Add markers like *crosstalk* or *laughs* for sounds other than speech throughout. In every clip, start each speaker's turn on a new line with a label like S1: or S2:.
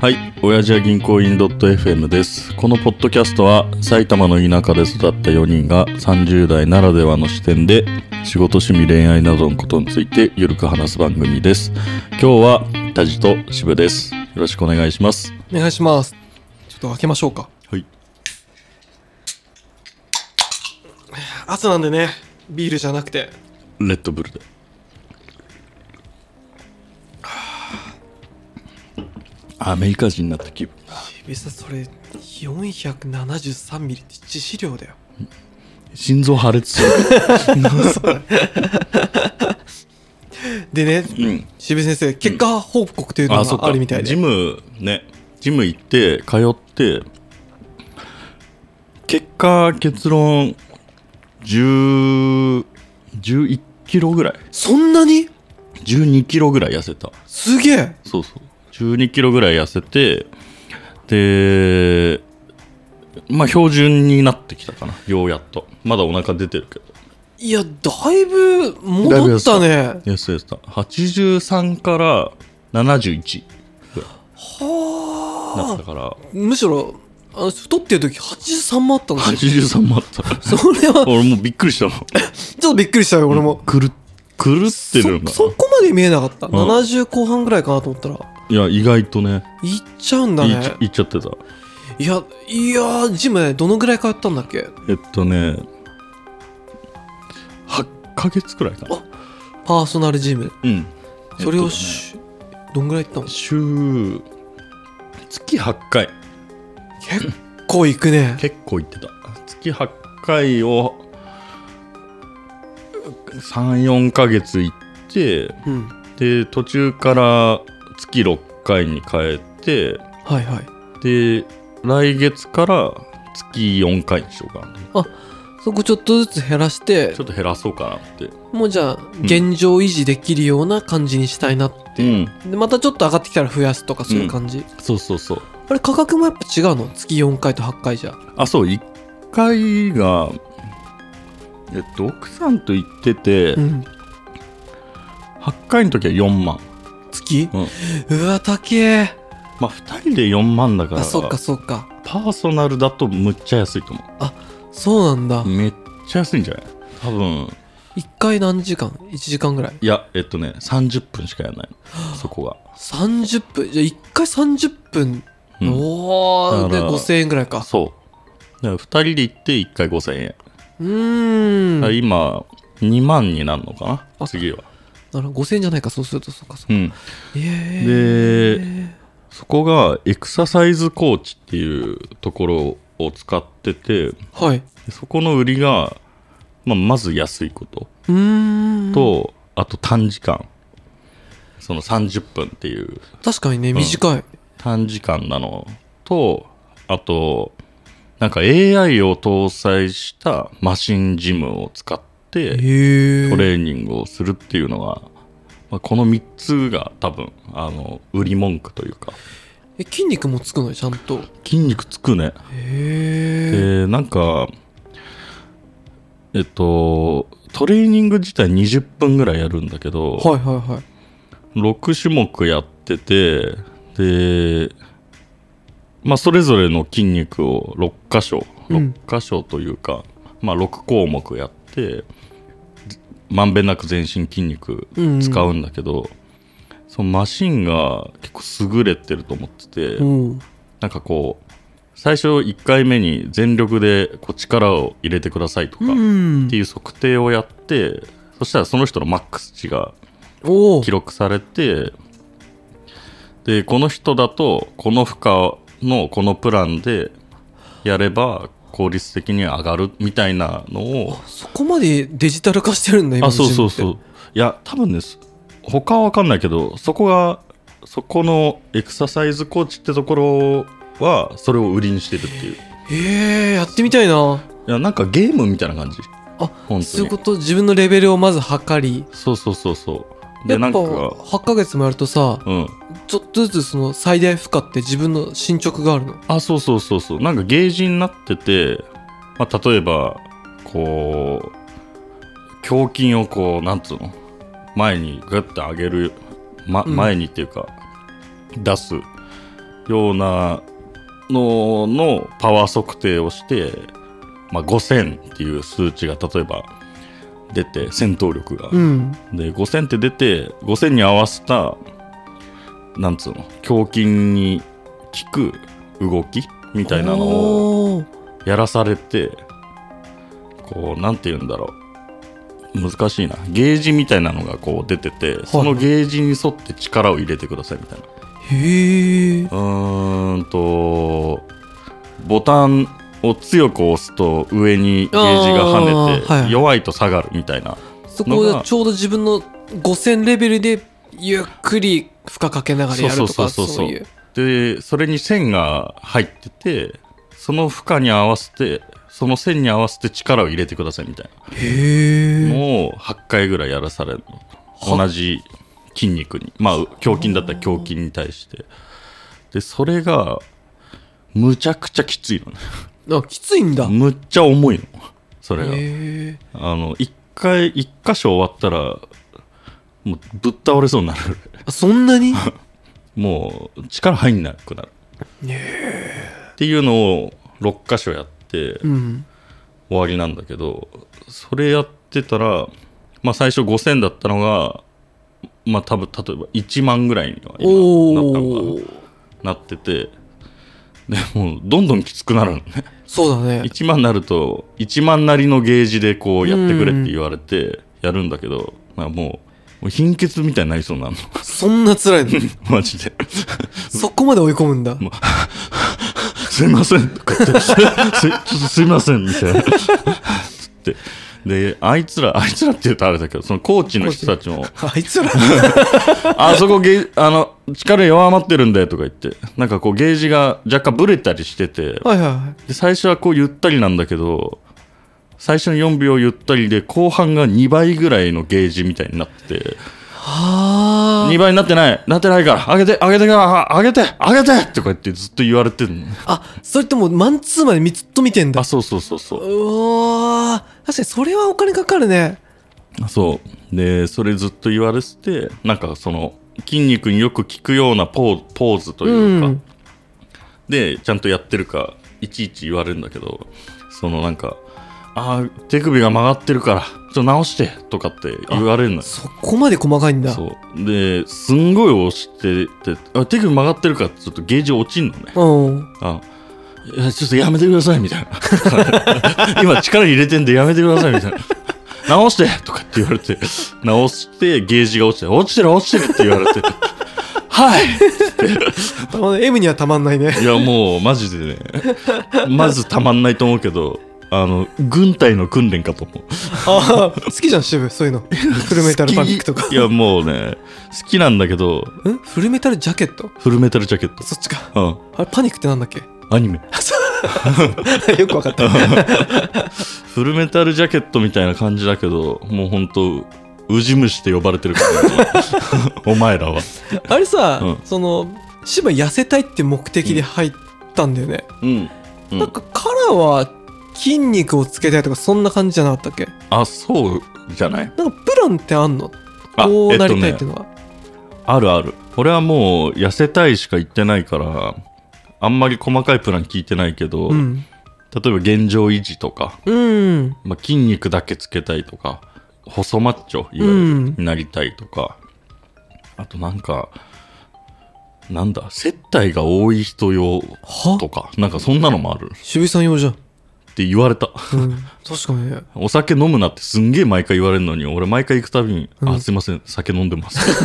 S1: はい、親父は銀行員 .fm です。このポッドキャストは埼玉の田舎で育った4人が30代ならではの視点で仕事、趣味、恋愛などのことについてゆるく話す番組です。今日は田地と渋です。よろしくお願いします。
S2: お願いします。ちょっと開けましょうか。
S1: はい。
S2: 朝なんでね、ビールじゃなくて。
S1: レッドブルで。アメリカ人になった気分。
S2: ビさそれ、473ミリって致死量だよ。
S1: 心臓破裂する。
S2: でね、
S1: うん。
S2: 渋谷先生、結果報告というの
S1: そっ
S2: が
S1: か
S2: あるみたいで。
S1: ジムねジム行って通って結果結論10 11キロぐらい
S2: そんなに
S1: 12キロぐらい痩せた
S2: すげえ
S1: そうそう12キロぐらい痩せてでまあ標準になってきたかなようやっとまだお腹出てるけど
S2: いや、だいぶ戻ったね。
S1: 痩せた83から71ぐらいなっ
S2: はあ。
S1: たから
S2: むしろ、あの太ってる時83もあったんです
S1: 83
S2: よ。
S1: もあった
S2: それは、ちょっ
S1: *laughs* 俺もうびっくりしたもん
S2: とびっくりしたよ、俺も。
S1: 狂っ狂ってるんだ
S2: そそこまで見えなかった。
S1: ん
S2: 70後半ぐらいかなと思ったら、
S1: いや意外とね
S2: いっちゃうんだ
S1: い
S2: ね
S1: い。いっちゃってた
S2: いや、いやー、ジムね、どのぐらい通ったんだっけ
S1: えっとね8ヶ月くらいかな
S2: あパーソナルジム。
S1: うん
S2: それ
S1: え
S2: を
S1: っとね
S2: し、どんぐらい行ったの
S1: 週月8回
S2: 結構行くね。
S1: *laughs* 結構行ってた月8回を34ヶ月行って
S2: うん。
S1: で途中から月6回に変えて
S2: はいはい。
S1: で来月から月4回にしようかな
S2: そこちょっとずつ減らして
S1: ちょ、っと減らそうかなって
S2: もうじゃあ、現状維持できるような感じにしたいな。
S1: うん
S2: で、またちょっと上がってきたら増やすとかそういう感じ。
S1: そうそうそう
S2: あれ、価格もやっぱ違うの月4回と8回じゃ。
S1: あそう1回がえっと奥さんと行ってて、
S2: うん。
S1: 8回の時は4万
S2: 月
S1: うん
S2: うわ、高え。
S1: まあ2人で4万だから
S2: あ、そっかそっか。
S1: パーソナルだとむっちゃ安いと思
S2: そうなんだ
S1: う。めっちゃ安いんじゃない多分
S2: 1回何時間 ?1 時間ぐらい。
S1: いやえっとね30分しかやらないのそこが
S2: 30分じゃあ1回30分、
S1: うん
S2: おお
S1: だ
S2: で
S1: から
S2: 5000円ぐらいか
S1: そうだから2人で行って1回5000円、
S2: うーん
S1: だから今2万になるのかな
S2: あ
S1: 次は
S2: なるほど5000円じゃないかそうするとそうかそうか
S1: うん
S2: え
S1: でそこがエクササイズコーチっていうところを使ってて
S2: はい
S1: でそこの売りが、まあ、まず安いこと
S2: うーん
S1: と、あと短時間その30分っていう
S2: 確かにね
S1: ん
S2: 短い、
S1: 短時間なのとあとなんか AI を搭載したマシンジムを使って
S2: へえ
S1: トレーニングをするっていうのが、まあ、この3つが多分あの売り文句というか
S2: え筋肉もつくのよちゃんと
S1: 筋肉つくね
S2: へ
S1: で
S2: え
S1: なんかえっとトレーニング自体20分ぐらいやるんだけど、
S2: はいはいはい
S1: 6種目やっててでまあそれぞれの筋肉を6箇所
S2: うん
S1: 6箇所というか、まあ6項目やってずまんべんなく全身筋肉
S2: うん
S1: 使うんだけど、そのマシンが結構優れてると思ってて、
S2: うん
S1: なんかこう最初1回目に全力でこう力を入れてくださいとか
S2: う
S1: っ
S2: ん
S1: ていう測定をやってそしたらその人のマックス値が
S2: おお
S1: 記録されてでこの人だとこの負荷のこのプランでやれば効率的に上がるみたいなのを
S2: そこまでデジタル化してるんだ今
S1: あそうそうそうういや多分です他は分かんないけどそこがそこのエクササイズコーチってところはそれを売りにしてるっていう
S2: へえやってみたいない
S1: やなんかゲームみたいな感じ
S2: あ
S1: 本
S2: そ
S1: 当
S2: ういう
S1: に
S2: こと自分のレベルをまず測り
S1: そうそうそうそうで
S2: やっ
S1: な
S2: ぱ
S1: んか
S2: 8ヶ月もやるとさ
S1: うん
S2: ちょっとずつその最大負荷って自分の進捗があるの
S1: あそうそうそうそうなんかゲージになってて、まあ、例えばこう胸筋をこうなんつうの前にグッと上げる、ま、
S2: うん
S1: 前にっていうか、出すようなののパワー測定をして、まあ、5000っていう数値が例えば出て戦闘力が、
S2: うん。
S1: で5000って出て5000に合わせたなんつうの胸筋に効く動きみたいなのを
S2: おー
S1: やらされてこうなんて言うんだろう難しいなゲージみたいなのがこう出ててそのゲージに沿って力を入れてくださいみたいな
S2: へえ
S1: うーんとボタンを強く押すと上にゲージが跳ねて、
S2: あーはい
S1: 弱いと下がるみたいな
S2: そこがちょうど自分の5000レベルでゆっくり負荷かけながらやるとかそういう
S1: でそれに線が入っててその負荷に合わせてその線に合わせて力を入れてくださいみたいな
S2: へえ
S1: もう8回ぐらいやらされるの同じ筋肉にまあ胸筋だったら胸筋に対してでそれがむちゃくちゃきついのね
S2: あきついんだへ
S1: むっちゃ重いのそれが
S2: え
S1: あの1回1箇所終わったらもうぶっ倒れそうになる
S2: あそんなに
S1: もう力入んなくなるっていうのを6箇所やって
S2: うん
S1: 終わりなんだけどそれやってたら、まあ、最初5000だったのがまあ多分例えば1万ぐらいには
S2: お
S1: 今なったの
S2: お
S1: かななっててでもうどんどんきつくなるのね *laughs*
S2: そうだね
S1: 1万になると1万なりのゲージでこうやってくれって言われてやるんだけど、まあ、もうもう貧血みたいになりそうになる
S2: そんな辛いの
S1: の *laughs* マジで
S2: そこまで追い込むんだ
S1: すいませんとか言って、すすちょっとすいませんみたいな。つって。で、あいつら、あいつらって言うとあれだけど、そのコーチの人たちも、
S2: あいつら
S1: あそこゲーあの、力弱まってるんだよとか言って、なんかこうゲージが若干ブレたりしてて、
S2: はいは
S1: で最初はこうゆったりなんだけど、最初の4秒ゆったりで、後半が2倍ぐらいのゲージみたいになって、
S2: あ
S1: 2倍になってない、なってないから、上げて、上げてから、上げて、上げてとか言ってずっと言われてるの。
S2: あそれってもうマンツーまでみずっと見てんだ
S1: あ、そうそうそうそう
S2: う。おー確かにそれはお金かかるね
S1: そう。で、それずっと言われてて、なんかその、筋肉によく効くようなポーポーズというか、
S2: ん
S1: で、ちゃんとやってるか、いちいち言われるんだけど、そのなんか、ああ、手首が曲がってるから、ちょっと直してとかって言われるのよ。
S2: そこまで細かいんだ
S1: そう。で、すんごい押してて、あ手首曲がってるから、ちょっとゲージ落ちんのね。
S2: うん
S1: あいやちょっとやめてくださいみたいな *laughs* 今力入れてんでやめてくださいみたいな *laughs* 直してとかって言われて直してゲージが落ちて落ちてる落ちてるって言われてはい
S2: たまん M にはたまんないね
S1: *laughs* いやもうマジでねまずたまんないと思うけどあの軍隊の訓練かと思う
S2: ああ好きじゃん渋そういうのフルメタルパンクとか
S1: 好きいやもうね好きなんだけど
S2: んフルメタルジャケット
S1: フルメタルジャケッ
S2: そっちか
S1: トうん
S2: あれパニックってなん
S1: *laughs*
S2: だっけ
S1: アニメ
S2: よくわかった
S1: フルメタルジャケットみたいな感じだけどもうほんとウジ虫って呼ばれてるから、 *laughs* お前らは
S2: *laughs* あれさ、
S1: うん
S2: その芝痩せたいって目的で入ったんだよね、
S1: うん、うん
S2: なんかカラーは筋肉をつけたいとかそんな感じじゃなかったっけ
S1: あそうじゃない
S2: なんかプランってあんの
S1: あ
S2: こうなりたい
S1: えっ
S2: って
S1: と
S2: い
S1: ね、
S2: うのは、
S1: あるある俺はもう痩せたいしか言ってないからあんまり細かいプラン聞いてないけど、
S2: うん
S1: 例えば現状維持とか、
S2: うん
S1: まあ、筋肉だけつけたいとか細マッチョいわゆる、
S2: うん
S1: になりたいとかあとなんかなんだ接待が多い人用
S2: は
S1: とかなんかそんなのもある
S2: 渋井さん用じゃん、
S1: って言われた
S2: うん、確かにね
S1: お酒飲むなってすんげえ毎回言われるのに、俺毎回行くたびに、
S2: うん
S1: あ、すいません、酒飲んでますっ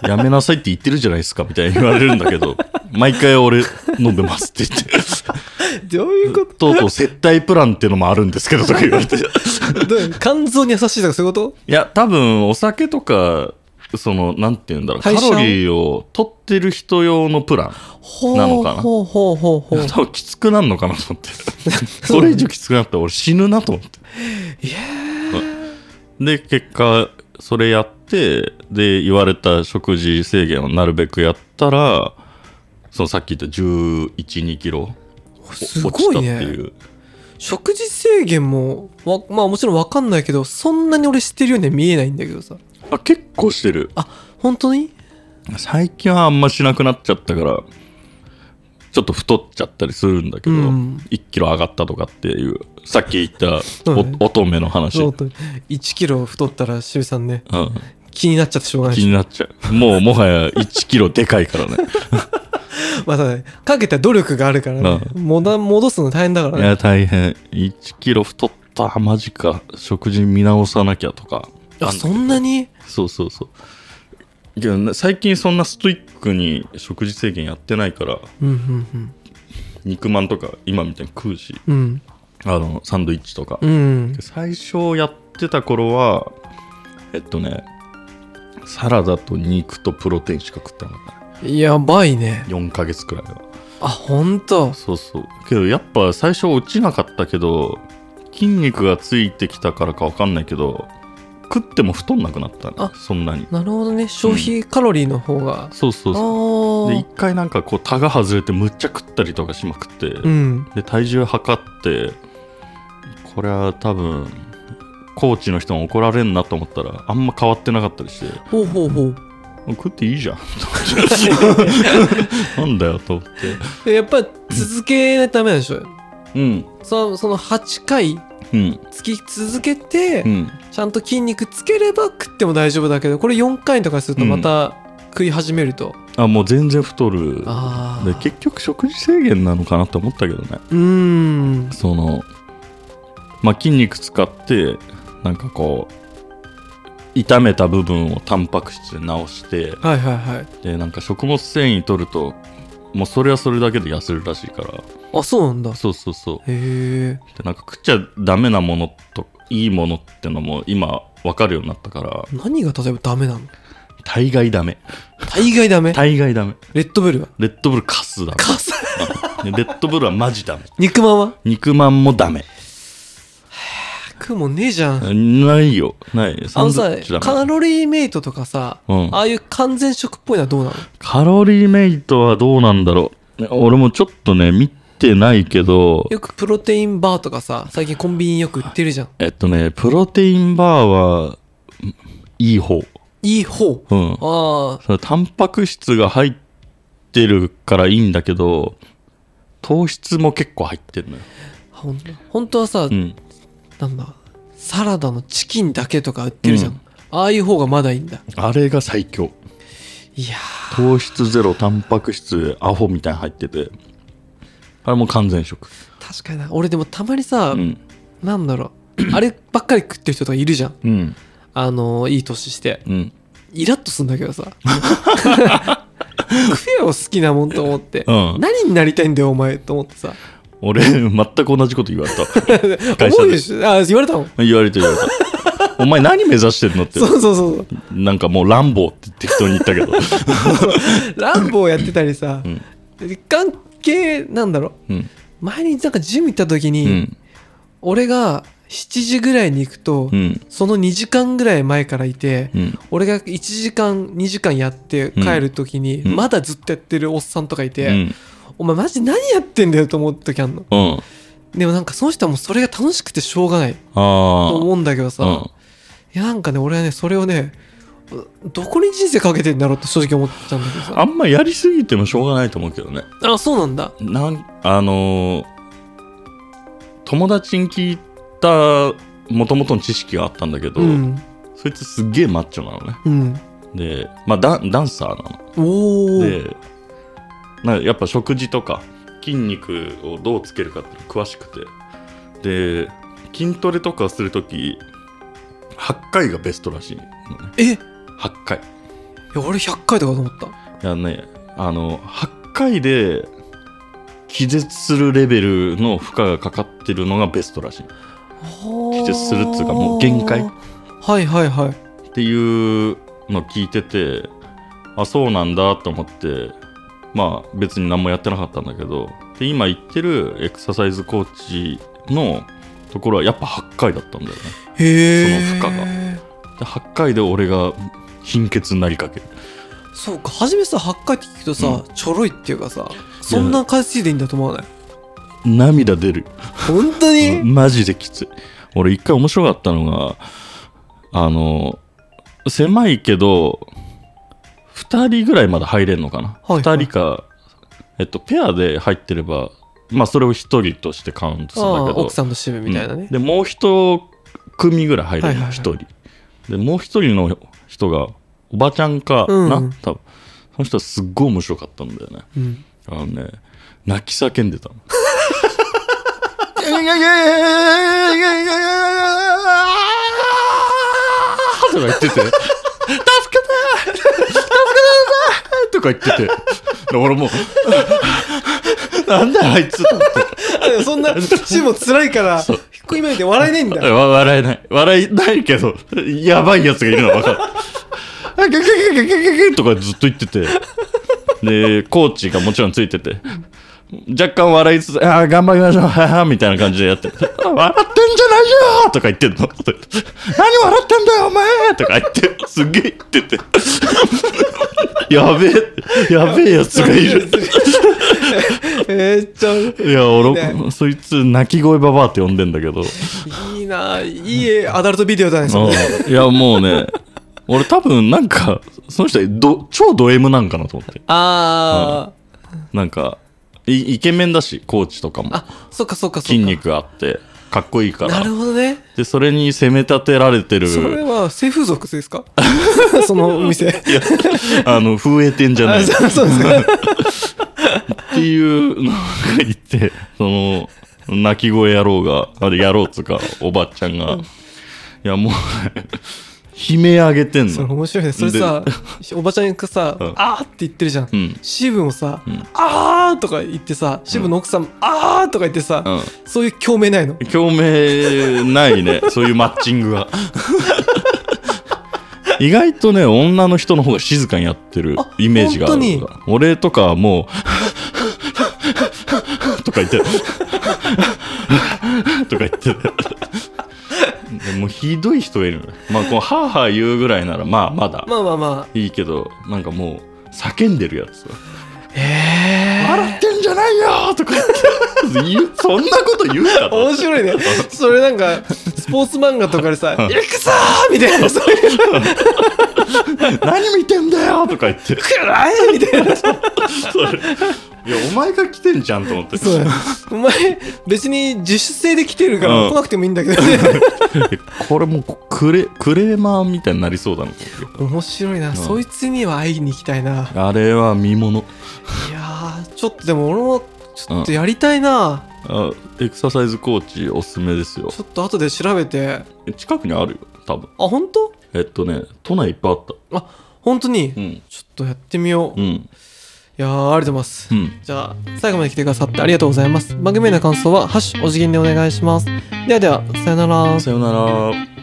S1: て *laughs* やめなさいって言ってるじゃないですか、みたいに言われるんだけど、毎回俺飲んでますって言って、
S2: どういうこ
S1: と
S2: と
S1: うとう接待プランっていうのもあるんですけど、とか言われて。い
S2: どういう肝臓に優しいとかそういうこと
S1: や、多分お酒とか、その、なんて言うんだろう、カ
S2: 代謝を
S1: ロリーを取ってる人用のプラン。
S2: ほう
S1: なのかな
S2: ほうほうほうほう
S1: 多分きつくなるのかなと思
S2: *laughs*
S1: って。それ以上きつくなったら俺死ぬなと思って。
S2: いや
S1: で結果それやってで言われた食事制限をなるべくやったらそのさっき言った1 1 2キロ
S2: ー
S1: お
S2: すご
S1: 落ち
S2: い
S1: たって
S2: ね
S1: いう
S2: 食事制限もわまあもちろんわかんないけどそんなに俺知ってるようには見えないんだけどさ
S1: あ結構してる
S2: あ本当に
S1: 最近はあんましなくなっちゃったからちょっと太っちゃったりするんだけど、
S2: うん
S1: 1キロ上がったとかっていう、さっき言った
S2: は
S1: お
S2: い
S1: 乙女の話、う
S2: そ
S1: ん
S2: う、1キロ太ったらしゅうさんね気になっちゃってしょうがない
S1: 気
S2: でし
S1: になっちゃう。もうもはや1キロでかい
S2: *laughs*
S1: からね。
S2: まあただねかけた努力があるからねもだ戻すの大変だから
S1: い
S2: ね
S1: や、大変。1キロ太った、マジか。食事見直さなきゃとか。
S2: あそんなに
S1: そうそうそう。けどね最近そんなストイックに食事制限やってないから、
S2: うんうん
S1: 肉まんとか今みたいに食うし、
S2: うん
S1: あの、サンドイッチとか。
S2: うんうん
S1: 最初やってた頃は、えっとね、サラダと肉とプロテインしか食ってなかったね。
S2: やばいね
S1: 4ヶ月くらいは。
S2: あ本当
S1: そうそう。けどやっぱ最初落ちなかったけど、筋肉がついてきたからかわかんないけど、食っても太んなくなったね
S2: あ。
S1: そんなに。
S2: なるほどね消費カロリーの方が、
S1: そうそうそう。
S2: あ
S1: で
S2: あ
S1: 一回なんかこうタが外れてむっちゃ食ったりとかしまくって、
S2: うん
S1: で体重測ってこれは多分コーチの人も怒られんなと思ったらあんま変わってなかったりして
S2: ほうほうほう
S1: 食っていいじゃんと
S2: *laughs*
S1: 思ってなんだよと思っ
S2: でやっぱり続けないとダメなんでしょ
S1: てうん
S2: そのその8回
S1: うん
S2: つき続けて、
S1: うん
S2: ちゃんと筋肉つければ食っても大丈夫だけどこれ4回とかするとまた食い始めると、
S1: あもう全然太る
S2: ああ
S1: で結局食事制限なのかなって思ったけどね
S2: うーん
S1: そのまあ筋肉使ってなんかこう痛めた部分をタンパク質で直して
S2: はいはいはい
S1: でなんか食物繊維取るともうそれはそれだけで痩せるらしいから
S2: あそうなんだへ
S1: そうそうそう
S2: え
S1: でなんか食っちゃダメなものといいものってのも今分かるようになったから
S2: 何が例えばダメなの
S1: 大概ダメ
S2: 大概ダメ
S1: 大概ダメ
S2: レッドブルは
S1: レッドブルカスダメ
S2: カス
S1: うんでレッドブルはマジダメ
S2: 肉まんは
S1: 肉まんもダメ
S2: 食うもんねえじゃん
S1: ないよない
S2: あ
S1: サ
S2: の
S1: ンドイ
S2: さ
S1: ッチダメ
S2: カロリーメイトとかさ、
S1: うん
S2: ああいう完全食っぽいのはどうなの
S1: カロリーメイトはどうなんだろうね俺もちょっとね見てないけど
S2: よくプロテインバーとかさ最近コンビニよく売ってるじゃん
S1: えっとねプロテインバーはうんいい方
S2: いい方
S1: うん
S2: ああ
S1: そのタンパク質が入ってるからいいんだけど糖質も結構入ってるのよ、
S2: ほん本当はさ、
S1: うん、
S2: なんだサラダのチキンだけとか売ってるじゃん、
S1: うん
S2: ああいう方がまだいいんだ
S1: あれが最強
S2: いや
S1: 糖質ゼロタンパク質アホみたいに入っててあれもう完全食
S2: ー確かにな俺でもたまにさ、
S1: うん
S2: なんだろう *clears throat* あればっかり食ってる人とかいるじゃん
S1: うん
S2: あのーいい年して
S1: うん
S2: イラッとすんだけど
S1: *laughs*
S2: さ食えよ好きなもんと思って、
S1: うん
S2: 何になりたいんだよお前と思ってさ
S1: 俺全く同じこと言われた会
S2: 思
S1: 社
S2: う
S1: で
S2: でしょあ言われたもん
S1: 言われて言われ
S2: *laughs*
S1: たお前何目指してんのって
S2: そうそうそうそう
S1: なんかもう乱暴って適当に言ったけど
S2: ランボーやってたりさ、
S1: ん
S2: 関係なん *laughs* だろう
S1: うん
S2: 前になんかジム行った時
S1: う
S2: に、
S1: ん
S2: 俺が7時ぐらいに行くと、
S1: うん
S2: その2時間ぐらい前からいて、
S1: うん
S2: 俺が1時間2時間やって
S1: うん
S2: 帰る時に、
S1: うん
S2: まだずっとやってるおっさんとかいうて、
S1: ん
S2: お前マジ何やってんだよと思う時あんの
S1: うん
S2: でもなんかその人はもうそれが楽しくてしょうがない
S1: あ
S2: と思うんだけど
S1: あ
S2: さ、いやなんかね俺はねそれをねどこに人生かけてんだろうって正直思ったんだけど
S1: あ
S2: さ
S1: んまやりすぎてもしょうがないと思うけどね。
S2: あそうなんだ
S1: なんあのー友達に聞いたもともとの知識があったんだけど、
S2: うん
S1: そいつすっげえマッチョなのね。
S2: うん
S1: で、まあダンダンサーな
S2: お
S1: の。
S2: お
S1: で、なんかやっぱ食事とか筋肉をどうつけるかっていうの詳しくて。で、筋トレとかするとき、8回がベストらしいのね。
S2: えいや
S1: 8回。
S2: 俺100回とかと思った
S1: いやね、あの、8回で気絶するレベルの負荷がかかってるのがベストらしい。
S2: 気
S1: 絶するっつうかもう限界
S2: はいはいはい
S1: っていうのを聞いてて、あ、そうなんだと思って、まあ別に何もやってなかったんだけど、で、今行ってるエクササイズコーチのところはやっぱ8回だったんだよね。
S2: へえ
S1: その負で、8回で俺が貧血になりかける。
S2: そうか初めさ8回って聞くとさ、
S1: う
S2: ちょろいっていうかさそんな回数でいいんだと思わない
S1: 涙出る。
S2: 本当に、
S1: うんマジできつい俺一回面白かったのがあの狭いけど2人ぐらいまだ入れんのかな、
S2: はいはい
S1: 2人かえっと、ペアで入ってれば、まあ、それを一人としてカウントするんだけど、
S2: 奥さんの支部みたいなね
S1: うん、でもう一組ぐらい入れ
S2: は
S1: る
S2: い
S1: の
S2: はいはい
S1: 一人、でもう一人の人がおばちゃんかな、
S2: うん
S1: 多分その人はすっごい面白かったんだよね
S2: うん
S1: あのね泣き叫んで *laughs* たのとか言ってて「助けて助けてください!」とか言っててで俺もう *laughs* 「なんだよあいつ」と思って
S2: あでもそんな *laughs* 支部も辛
S1: *laughs*
S2: いから引っ込みまで笑えないんだ
S1: わ笑えない。笑えないけど、やばいやつがいるのはわかる。あゲゲゲゲゲゲゲとかずっと言ってて。で、コーチがもちろんついてて。若干笑いつつ、ああ、頑張りましょう、ははみたいな感じでやって、笑ってんじゃないよとか言ってんの。何笑ってんだよ、お前とか言って、すげえ言ってて。やべえ、やべえやつがいる。
S2: えー、ちゃ
S1: いや、俺、そいつ、泣き声ババアって呼んでんだけど。
S2: いいないいアダルトビデオだねそれ
S1: うんいや、もうね、俺多分なんか、その人ど、超ド M なんかなと思って。
S2: あー
S1: なんか、いイケメンだし、コーチとかも。
S2: あそっかそっかそっか
S1: 筋肉あって、かっこいいから
S2: な。るほどね
S1: で、それに攻め立てられてる、
S2: それは性風俗ですか *laughs* そのお店
S1: いや *laughs* あの、風営店じゃない。
S2: あ
S1: っ
S2: そうそうですか
S1: ていうのがいて、その、泣き声野郎が、あれ、野郎っつうか、おばっちゃんが、いや、もう、 *laughs* 悲鳴上げてん
S2: それ
S1: の。
S2: 面白いねそれさおばちゃんがさ「
S1: うん
S2: あー」って言ってるじゃん、
S1: うん
S2: シブもさ「
S1: ん
S2: あー」とか言ってさシブの奥さんも「あー」とか言ってさ、
S1: うん
S2: そういう共鳴ないの
S1: 共鳴ない
S2: *laughs*
S1: ねそういうマッチングが *laughs* 意外とね女の人の方が静かにやってる
S2: あ
S1: イメージがある
S2: 本当
S1: 俺とかはも
S2: *laughs*
S1: うとか言って *laughs* とか言ってでもうひどい人がいるのねまあこうハーハー言うぐらいならまあまだ
S2: まあまあま
S1: いいけどなんかもう叫んでるやつ
S2: あえ
S1: 笑ってんじゃないよとか言って *laughs* 言うそんなこと言うか
S2: ー、
S1: と
S2: 面白いねそれなんかスポーツ漫画とかでさ「行くぞ!」みたいなそういう
S1: *laughs* 何見てんだよとか言って
S2: 「暗い!」みたいな
S1: それいやお前が来てんじゃんと思って
S2: そうお前別に自主性で来てるから
S1: うん
S2: 来なくてもいいんだけどね
S1: *laughs* これもうクレクレーマーみたいになりそうだな
S2: 面白いな、そいつには会いに行きたいな
S1: あれは見もの
S2: いやーちょっとでも俺もちょっとやりたいな、
S1: あエクササイズコーチおすすめですよ
S2: ちょっと後で調べて
S1: 近くにあるよ多分
S2: あ本当
S1: えっとね都内いっぱいあった
S2: あ本当に、
S1: うん
S2: ちょっとやってみよう、
S1: う
S2: い
S1: ん
S2: やーありがとうございます、
S1: うん
S2: じゃあ最後まで来てくださってありがとうございます番組への感想は「ハッシュお辞儀」でお願いしますではではさよなら
S1: さよなら